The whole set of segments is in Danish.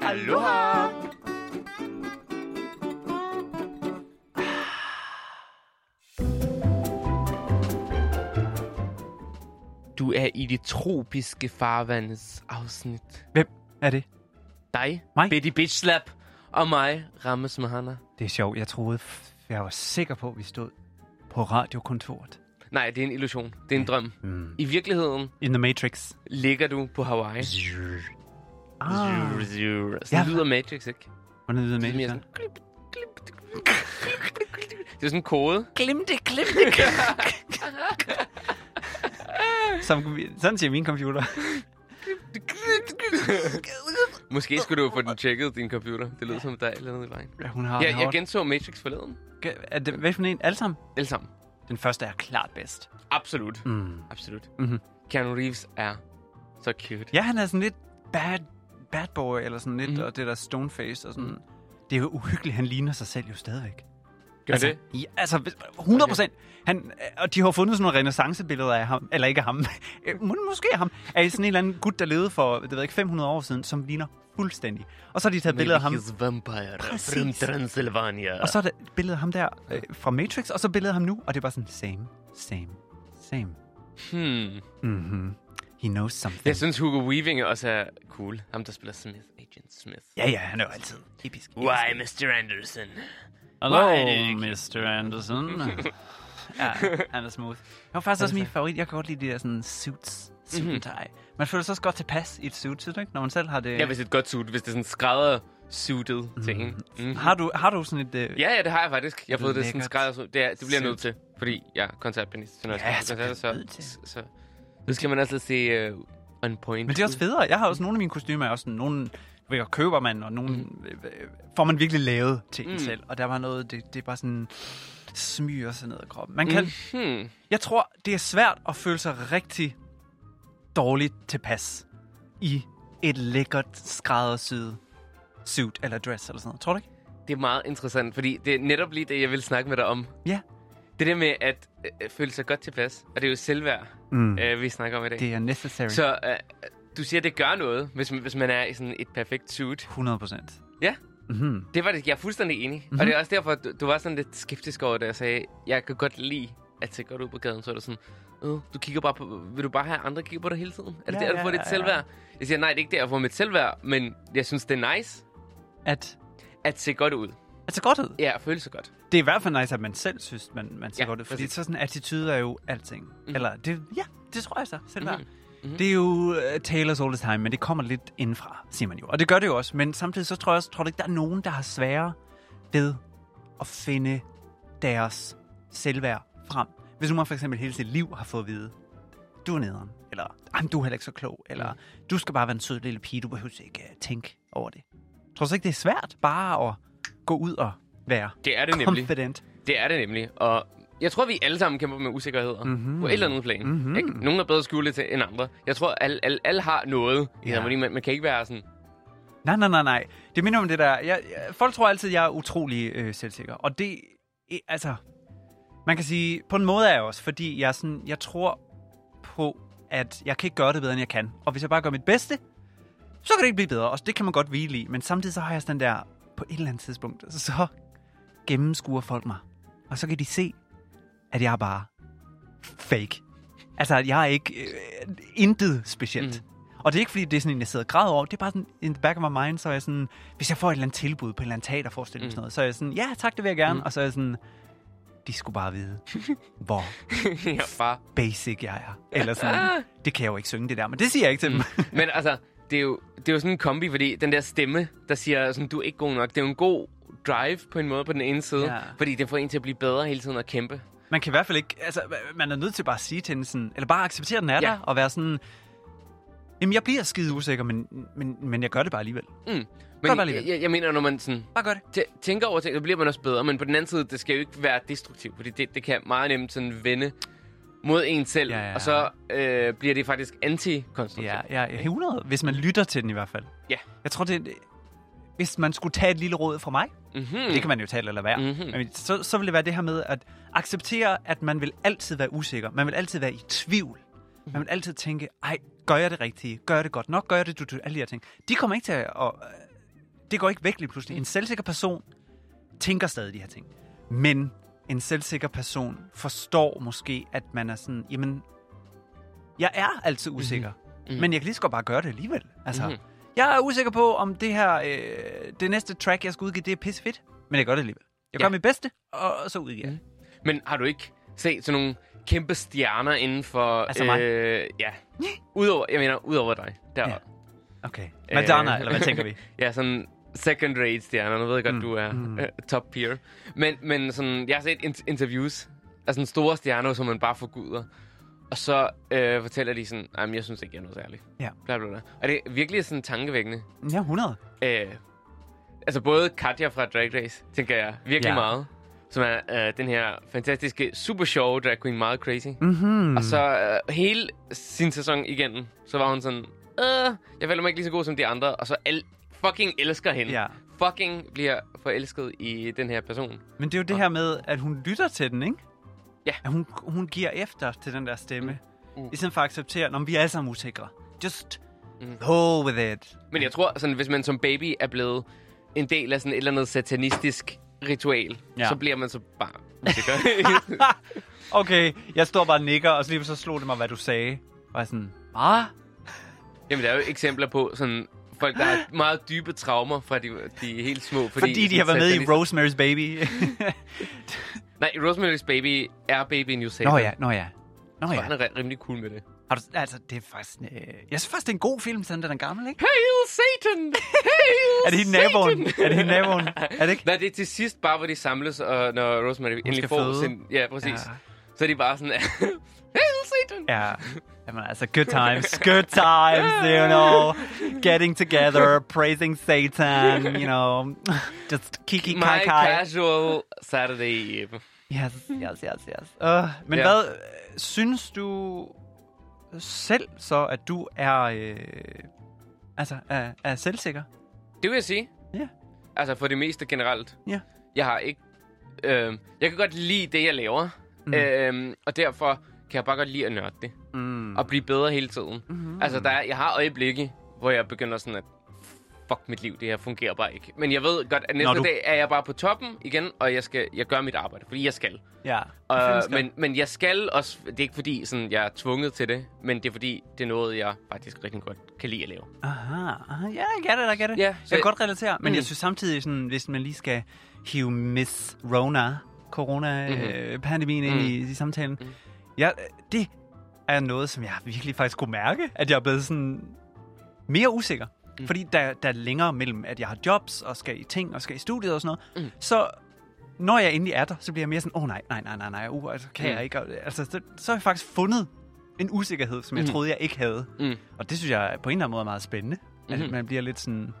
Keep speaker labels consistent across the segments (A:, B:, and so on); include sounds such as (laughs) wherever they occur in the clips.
A: Aloha!
B: Du er i det tropiske farvandes afsnit.
C: Hvem er det?
B: Dig,
C: Mig?
B: Betty Bitch Slap, og mig, Rammes Mahana.
C: Det er sjovt. Jeg troede, f- jeg var sikker på, at vi stod på radiokontoret.
B: Nej, det er en illusion. Det er en drøm.
C: Mm.
B: I virkeligheden
C: In the Matrix.
B: ligger du på Hawaii.
C: Ah,
B: Zzzz, zzzz. Sådan
C: Ja.
B: lyder Matrix, ikke?
C: hvordan lyder
B: Det er mere
C: Matrix?
B: sådan... klip, klip, klip, klip. Det er sådan en kode.
C: Glem det, glem det. (laughs) Som, sådan siger min computer.
B: Måske skulle du få den tjekket, din computer. Det lød som, at der er et eller andet i vejen.
C: Ja, Hun har
B: Ja,
C: det
B: jeg
C: hårdt.
B: genså Matrix forleden.
C: Ge- Er det, hvad for en? Alle sammen?
B: Alle sammen.
C: Den første er klart bedst.
B: Absolut.
C: Mm.
B: Absolut.
C: Mhm.
B: Keanu Reeves er så cute.
C: Ja, han er sådan lidt bad, bad boy, eller sådan lidt,
B: Mhm.
C: mm. og det der stone face, og sådan. Det er jo uhyggeligt, han ligner sig selv jo stadigvæk.
B: Gør
C: altså,
B: det?
C: Ja, altså, hvis- 100 procent. Han, øh, og de har fundet sådan nogle renaissancebilleder af ham, eller ikke af ham, (laughs) Øh, må- måske af ham, af sådan en eller anden gut, der levede for, det ved jeg ikke, 500 år siden, som ligner fuldstændig. Og så har de taget billeder af ham,
B: His vampire
C: Præcis.
B: from Transylvania.
C: og så er der et billede af ham der øh, fra Matrix, og så billeder af ham nu, og det er bare sådan, same, same, same.
B: Hmm.
C: Mm-hmm. He knows
B: Jeg
C: something.
B: synes, Hugo Weaving også er cool. Ham, der spiller Smith. Agent Smith.
C: Ja, ja, han er jo altid episk.
B: Why, Mr. Anderson?
C: Hello,
B: Why do
C: Mr. Anderson. (laughs) ja, han er Mhm. smooth. Han var faktisk også min favorit. Jeg kan godt lide de der sådan suits. Suit and tie. Man føler sig også godt tilpas i et suit, synes du ikke? Når man selv har det...
B: Ja, hvis det er et godt suit. Hvis det er sådan skrædder suited til en. Mhm.
C: Mm. Har du, har du sådan et... Øh...
B: Ja, ja, det har jeg faktisk. Jeg har
C: Det
B: fået det
C: er
B: sådan
C: lækkert.
B: skrædder Det, er, det bliver jeg nødt
C: Sindssygt.
B: til, fordi jeg er koncertpianist. Så når
C: Ja,
B: jeg
C: så
B: skal til
C: bliver du
B: koncerter,
C: nødt til.
B: så, så, så skal man altså se uh, on point.
C: Men det er også federe. Jeg har også nogle af mine kostymer, er også sådan, nogle du ved godt, køber man, og nogle øh, øh, får man virkelig lavet til mm. en selv. Og der var noget, det, det er bare sådan smyger sig ned ad kroppen. Man kan,
B: Hmm.
C: Jeg tror, det er svært at føle sig rigtig dårligt tilpas i et lækkert skræddersyet suit eller dress eller sådan noget. Tror du ikke?
B: Det er meget interessant, fordi det er netop lige det, jeg vil snakke med dig om.
C: Ja.
B: Det der med at øh, føle sig godt tilpas, og det er jo selvværd,
C: Mm.
B: øh, vi snakker om i dag.
C: Det er necessary. Så...
B: Så øh, du siger, at det gør noget, hvis, man- hvis man er i sådan et perfekt suit.
C: 100 procent.
B: Ja.
C: Mm-hmm.
B: Det var det, jeg er fuldstændig enig.
C: Mhm.
B: Mm-hmm. Og det er også derfor, at du, du var sådan lidt skeptisk over det, og sagde, jeg kan godt lide at se godt ud på gaden. Så er du sådan, øh, du kigger bare på, vil du bare have andre kigge på dig hele tiden? Er det
C: Ja,
B: der, du
C: ja,
B: får dit
C: ja, ja.
B: selvværd? Jeg siger, nej, det er ikke der, jeg får mit selvværd, men jeg synes, det er nice
C: At,
B: at se godt ud.
C: at se godt ud.
B: Ja, at føle sig godt.
C: Det er i hvert fald nice, at man selv synes, man, man ser
B: Ja,
C: ja, godt ud. Fordi
B: præcis.
C: så sådan attitude er jo alting. Mm. Eller det, ja, det tror jeg så. Selv
B: Mhm.
C: mm-hmm. Det er jo uh, Taylor's all the time, men det kommer lidt indfra, siger man jo. Og det gør det jo også. Men samtidig så tror jeg også, tror du ikke, der er nogen, der har sværere ved at finde deres selvværd frem. Hvis nu man for eksempel hele sit liv har fået at vide, du er nederen, eller "Jamen, du er heller ikke så klog, eller
B: Mhm.
C: du skal bare være en sød lille pige, du behøver ikke uh, tænke over det. Tror du så ikke, det er svært bare at gå ud og være
B: Det er det nemlig.
C: confident?
B: Det er det nemlig, og jeg tror, vi alle sammen kæmper med usikkerheder mm-hmm.
C: Mhm.
B: på et eller andet plan. Mm-hmm. Ikke? Nogle er bedre skjule til end andre. Jeg tror, alle, alle, alle har noget.
C: Ja.
B: Ja. Man, man kan ikke være sådan, (laughs)
C: Nej, nej, nej, nej. Det minder om det der. Jeg, jeg, folk tror altid, jeg er utrolig øh, selvsikker. Og det, eh, altså, man kan sige, på en måde er jeg også, fordi jeg, er sådan, jeg tror på, at jeg kan ikke gøre det bedre, end jeg kan. Og hvis jeg bare gør mit bedste, så kan det ikke blive bedre. Og det kan man godt hvile i. Men samtidig så har jeg sådan den der, på et eller andet tidspunkt, altså, så gennemskuer folk mig. Og så kan de se, at jeg er bare fake. Altså, at jeg er ikke øh, intet specielt. Mm. Og det er ikke, fordi det er sådan en, jeg sidder og græder over. Det er bare sådan, in the back of my mind, så er jeg sådan, hvis jeg får et eller andet tilbud på en eller anden teaterforestilling, mm. sådan noget, så er jeg sådan, ja, tak, det vil jeg gerne. Mm. Og så er jeg sådan, de skulle bare (laughs) vide, hvor
B: jeg er bare
C: basic jeg er. Eller (laughs) sådan, det kan jeg jo ikke synge det der, men det siger jeg ikke til dem.
B: Men altså, det er, jo, det er jo sådan en kombi, fordi den der stemme, der siger, sådan, du er ikke god nok, det er jo en god drive på en måde på den ene side, ja.
C: Ja.
B: fordi det får en til at blive bedre hele tiden og kæmpe.
C: (laughs) Man kan i hvert fald ikke, altså, man er nødt til bare at sige til hende sådan, eller bare acceptere, at den er
B: Ja.
C: ja. der, og være sådan, jamen, jeg bliver skide usikker, men, men, men jeg gør det bare alligevel.
B: Mm. Men
C: bare
B: jeg,
C: alligevel.
B: jeg, jeg mener, når man sådan
C: Bare gør det.
B: tæ- tænker over ting, så bliver man også bedre, men på den anden side, det skal jo ikke være destruktivt, fordi det, det kan meget nemt sådan vende mod en selv,
C: Ja, ja, ja.
B: og så øh, bliver det faktisk antikonstruktivt.
C: Ja, ja, ja, 100, hvis man lytter til den i hvert fald.
B: Ja.
C: Jeg tror, det er, hvis man skulle tage et lille råd fra mig,
B: Mm-hmm.
C: det kan man jo tale eller være,
B: Mhm.
C: men så, så vil det være det her med at acceptere, at man vil altid være usikker, man vil altid være i tvivl, man vil altid tænke, ej, gør jeg det rigtige, gør jeg det godt nok, gør jeg det, du, du, alle de her ting. De kommer ikke til at, at det går ikke væk lige pludselig. En selvsikker person tænker stadig de her ting. Men en selvsikker person forstår måske, at man er sådan, jamen, jeg er altid usikker. Mm-hmm.
B: Mhm.
C: Men jeg kan lige så godt bare gøre det alligevel. Altså,
B: Mhm.
C: mm-hmm. Jeg er usikker på, om det her, øh, det næste track, jeg skal udgive, det er pissefedt. Men jeg gør det alligevel. Jeg gør
B: Ja. Mhm.
C: mit bedste, og så udgiver jeg.
B: Men har du ikke set sådan nogle kæmpe stjerner inden for...
C: Altså mig?
B: Øh, ja. Udover, jeg mener, udover dig. Der,
C: Ja.
B: ja.
C: Okay. Madonna,
B: Øh.
C: eller hvad tænker
B: (laughs)
C: vi?
B: ja, sådan second rate stjerner. Nu ved jeg godt, mm. du er
C: mm.
B: mm. top peer. Men, men sådan, jeg har set in- interviews af sådan store stjerner, som man bare forguder. Og så øh, fortæller de sådan, at jeg synes ikke, jeg er noget særligt.
C: Ja.
B: Bla, bla, bla. Og det er virkelig sådan tankevækkende.
C: Ja, 100.
B: Øh, altså både Katja fra Drag Race, tænker jeg virkelig
C: Ja.
B: ja. meget. Som er øh, den her fantastiske, super sjove drag queen, meget crazy.
C: Mm-hmm.
B: Og så øh, hele sin sæson igennem, så var hun sådan, øh, jeg føler mig ikke lige så god som de andre, og så al- fucking elsker hende.
C: Ja.
B: Fucking bliver forelsket i den her person.
C: Men det er jo det her med, at hun lytter til den, ikke?
B: Ja.
C: At hun, hun giver efter til den der stemme. Mm.
B: Mm.
C: I stedet for at acceptere, når vi er alle sammen usikre. Just
B: Mm.
C: go with it.
B: Men jeg tror, sådan, hvis man som baby er blevet en del af sådan et eller andet satanistisk ritual,
C: Ja.
B: ja. så bliver man så bare usikker.
C: (laughs) Okay, jeg står bare og nikker, og så lige så slog det mig, hvad du sagde. Og jeg er sådan, ah,
B: Jamen, der er jo eksempler på sådan folk, der har meget dybe traumer fra de, de er helt små. Fordi,
C: fordi de har været med i Rosemary's
B: (laughs)
C: Baby.
B: Nej, Rosemary's Baby er babyen jo selv.
C: nå ja, nå ja. Nå
B: Og
C: ja.
B: han er re- rimelig cool med det.
C: Har du, altså, det er faktisk... en, Øh, jeg synes faktisk, det er en god film, sådan den er
B: (laughs)
C: gammel, ikke?
B: Hail Satan! Hail
C: (laughs) Er det hende naboen?
B: Satan!
C: Er det hende
B: (laughs)
C: naboen? Er det ikke?
B: Nej, det er til sidst bare, hvor de samles, og når Rosemary
C: skal
B: endelig får
C: føde.
B: sin... Ja, præcis.
C: Ja.
B: Ja. Så er de bare sådan... (laughs) Hail Satan! Ja.
C: Ja. Jamen altså, good times, good times, you know. Getting
B: (laughs)
C: together, praising Satan, you know. Just kiki
B: My
C: kai kai.
B: casual Saturday Eve.
C: Yes, yes, yes, yes. Uh, men
B: Ja.
C: hvad øh, synes du selv så, at du er, øh, altså, er, er selvsikker?
B: Det vil jeg sige.
C: Ja.
B: Altså for det meste generelt.
C: Ja.
B: Jeg har ikke... Øh, jeg kan godt lide det, jeg laver. Mm. Øh, og derfor kan jeg bare godt lide at nørde det.
C: Mm.
B: Og blive bedre hele tiden.
C: Mm-hmm.
B: Mm. Altså, der er, jeg har øjeblikke, hvor jeg begynder sådan at... Fuck mit liv, det her fungerer bare ikke. Men jeg ved godt, at næste
C: du-
B: du... dag er jeg bare på toppen igen, og jeg, skal, jeg gør mit arbejde, fordi jeg skal.
C: Ja.
B: Øh, men, men jeg skal også... Det er ikke fordi, sådan, jeg er tvunget til det, men det er fordi, det er noget, jeg faktisk rigtig godt kan lide at lave.
C: Aha, aha, ja, jeg gætter det, jeg gætter det.
B: Ja,
C: jeg kan
B: øh,
C: godt relatere, men mm.
B: mm.
C: jeg synes samtidig, sådan, hvis man lige skal hive Miss Rona, corona-pandemien, mm. ind i, i samtalen, mm. ja, det er noget, som jeg virkelig faktisk kunne mærke, at jeg er blevet sådan mere usikker. Mm. Fordi der, der er længere mellem, at jeg har jobs, og skal i ting, og skal i studiet og sådan noget, mm. så når jeg endelig er der, så bliver jeg mere sådan, åh oh, nej, nej, nej, nej, nej, uh, altså, kan mm.
B: Mm.
C: jeg ikke? Og, Altså, så, så har jeg faktisk fundet en usikkerhed, som jeg mm. troede, jeg ikke havde.
B: Mm.
C: Og det synes jeg på en eller anden måde er meget spændende. Mm-hmm. At
B: Mhm.
C: man bliver lidt sådan...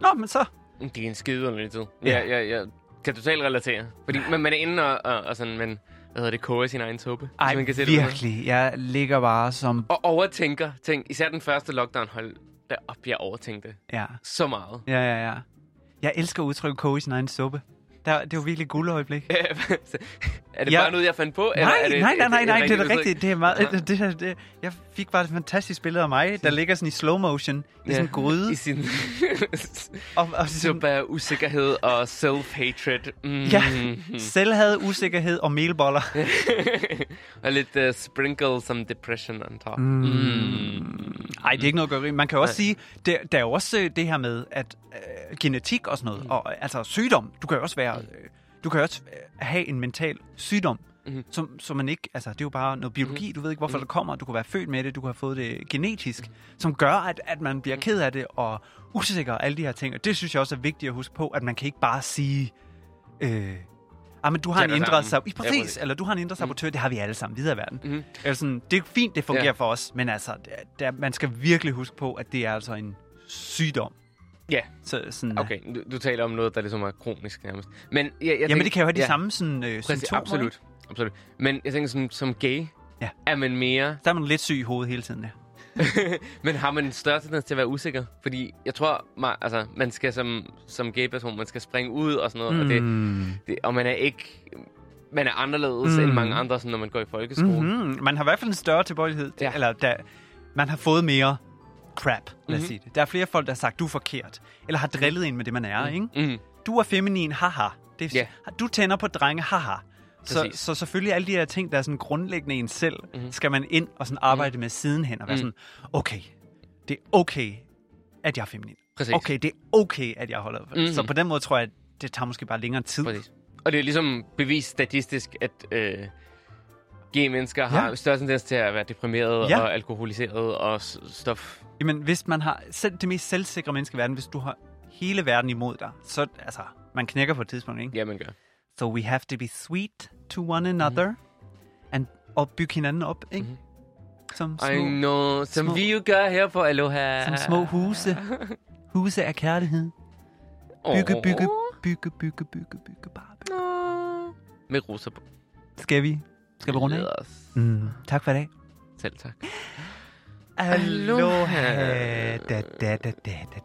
C: Nå, men så...
B: Mm, Det er en skide underlig tid.
C: Ja.
B: Ja. Jeg, jeg, jeg kan totalt relatere. Fordi man, man er inde og, og, og sådan, man, hvad hedder det, koger sin egen suppe. hvis
C: Ej,
B: man kan se det på den måde.
C: virkelig. Jeg ligger bare som...
B: Og overtænker ting. Især den første lockdown, hold da op, jeg overtænkte
C: Ja,
B: så meget.
C: ja, ja. ja. Jeg elsker udtrykket koge i sin egen suppe. Der, det var virkelig et
B: (laughs)
C: guldøjeblik.
B: er det
C: Ja.
B: ja. bare noget, jeg fandt på?
C: Nej,
B: er det
C: nej, nej, nej, nej, det er da
B: udtryk?
C: rigtigt. Det er meget,
B: Aha.
C: det, det, det, jeg fik bare et fantastisk billede af mig, der ligger sådan i slow motion, i sådan en
B: (laughs)
C: gryde.
B: I sin
C: Og, og sådan,
B: super usikkerhed og self-hatred. Mm.
C: ja, selv havde usikkerhed og melboller.
B: og lidt uh, sprinkle some depression on top. Mm.
C: Nej, det er ikke noget gøreri. Man kan jo også sige, der, der er jo også øh, det her med, at øh, genetik og sådan noget, mm. og øh, altså sygdom, du kan jo også være, øh, du kan jo også øh, have en mental sygdom, mm. som, som man ikke, altså det er jo bare noget biologi, du ved ikke, hvorfor det kommer, du kan være født med det, du kan have fået det genetisk, som gør, at, at man bliver ked af det, og usikker og alle de her ting, og det synes jeg også er vigtigt at huske på, at man kan ikke bare sige, øh, ah, men du har
B: Tag
C: en
B: dig
C: indre
B: sammen.
C: sab- I
B: Ja,
C: præcis,
B: præcis.
C: eller du har en indre sabotør, det har vi alle sammen videre i verden.
B: Mhm.
C: Eller sådan, det er fint, det fungerer
B: Ja.
C: for os, men altså, der, der, man skal virkelig huske på, at det er altså en sygdom.
B: Ja,
C: Så sådan, øh,
B: okay. Du, du taler om noget, der ligesom er kronisk nærmest. Men, ja, jeg
C: Jamen, det kan jo have de ja. samme sådan, øh,
B: præcis,
C: symptomer.
B: Absolut.
C: ikke?
B: absolut. Men jeg tænker, som, som gay
C: Ja.
B: er man mere...
C: Der er man lidt syg i hovedet hele tiden, ja.
B: men har man en større tendens til at være usikker? Fordi jeg tror, man, altså, man skal som, som gay-person, man skal springe ud og sådan noget. Mm. Og, det,
C: Mm.
B: det, og man er ikke... Man er anderledes mm. end mange andre, sådan, når
C: Mhm.
B: man går i folkeskolen.
C: Mm. Mm-hmm. Man har i hvert fald en større tilbøjelighed. til-
B: Ja.
C: Eller da, man har fået mere crap, lad os mm-hmm.
B: Mhm.
C: sige det. Der er flere folk, der har sagt, du er forkert, eller har drillet en med det, man er, mm. ikke?
B: Mm.
C: Du er feminin, haha. Det er,
B: Ja.
C: yeah. Du tænder på drenge, haha. Så,
B: Præcis. Mhm.
C: så selvfølgelig alle de her ting, der er sådan grundlæggende i en selv, mm. skal man ind og sådan arbejde mm. med sidenhen og være mm. sådan, okay, det er okay, at jeg er feminin.
B: Præcis.
C: Okay, det er okay, at jeg holder. Mm.
B: Mhm.
C: Så på den måde tror jeg, at det tager måske bare længere tid.
B: Præcis. Og det er ligesom bevist statistisk, at øh, G-mennesker ja. har større tendens til at være deprimerede
C: Ja.
B: ja. og alkoholiserede og s- stof.
C: Jamen, hvis man har selv det mest selvsikre menneske i verden, hvis du har hele verden imod dig, så altså, man knækker på et tidspunkt, ikke?
B: Ja, man gør.
C: So we have to be sweet to one
B: Mhm.
C: another, mm. and, og bygge hinanden op, ikke? Mm. Som, små,
B: I know, som
C: små-
B: små. vi jo gør her på Aloha.
C: som små huse. Huse af kærlighed.
B: Åh.
C: Bygge, bygge, bygge, bygge, bygge, bygge, bare bygge.
B: Åh. Med roser på.
C: Skal vi? Skal vi runde af?
B: Ellers.
C: Mm, tak for i dag.
B: Selv tak.
C: Aloha.
B: Aloha.
C: Da, da, da, da, da,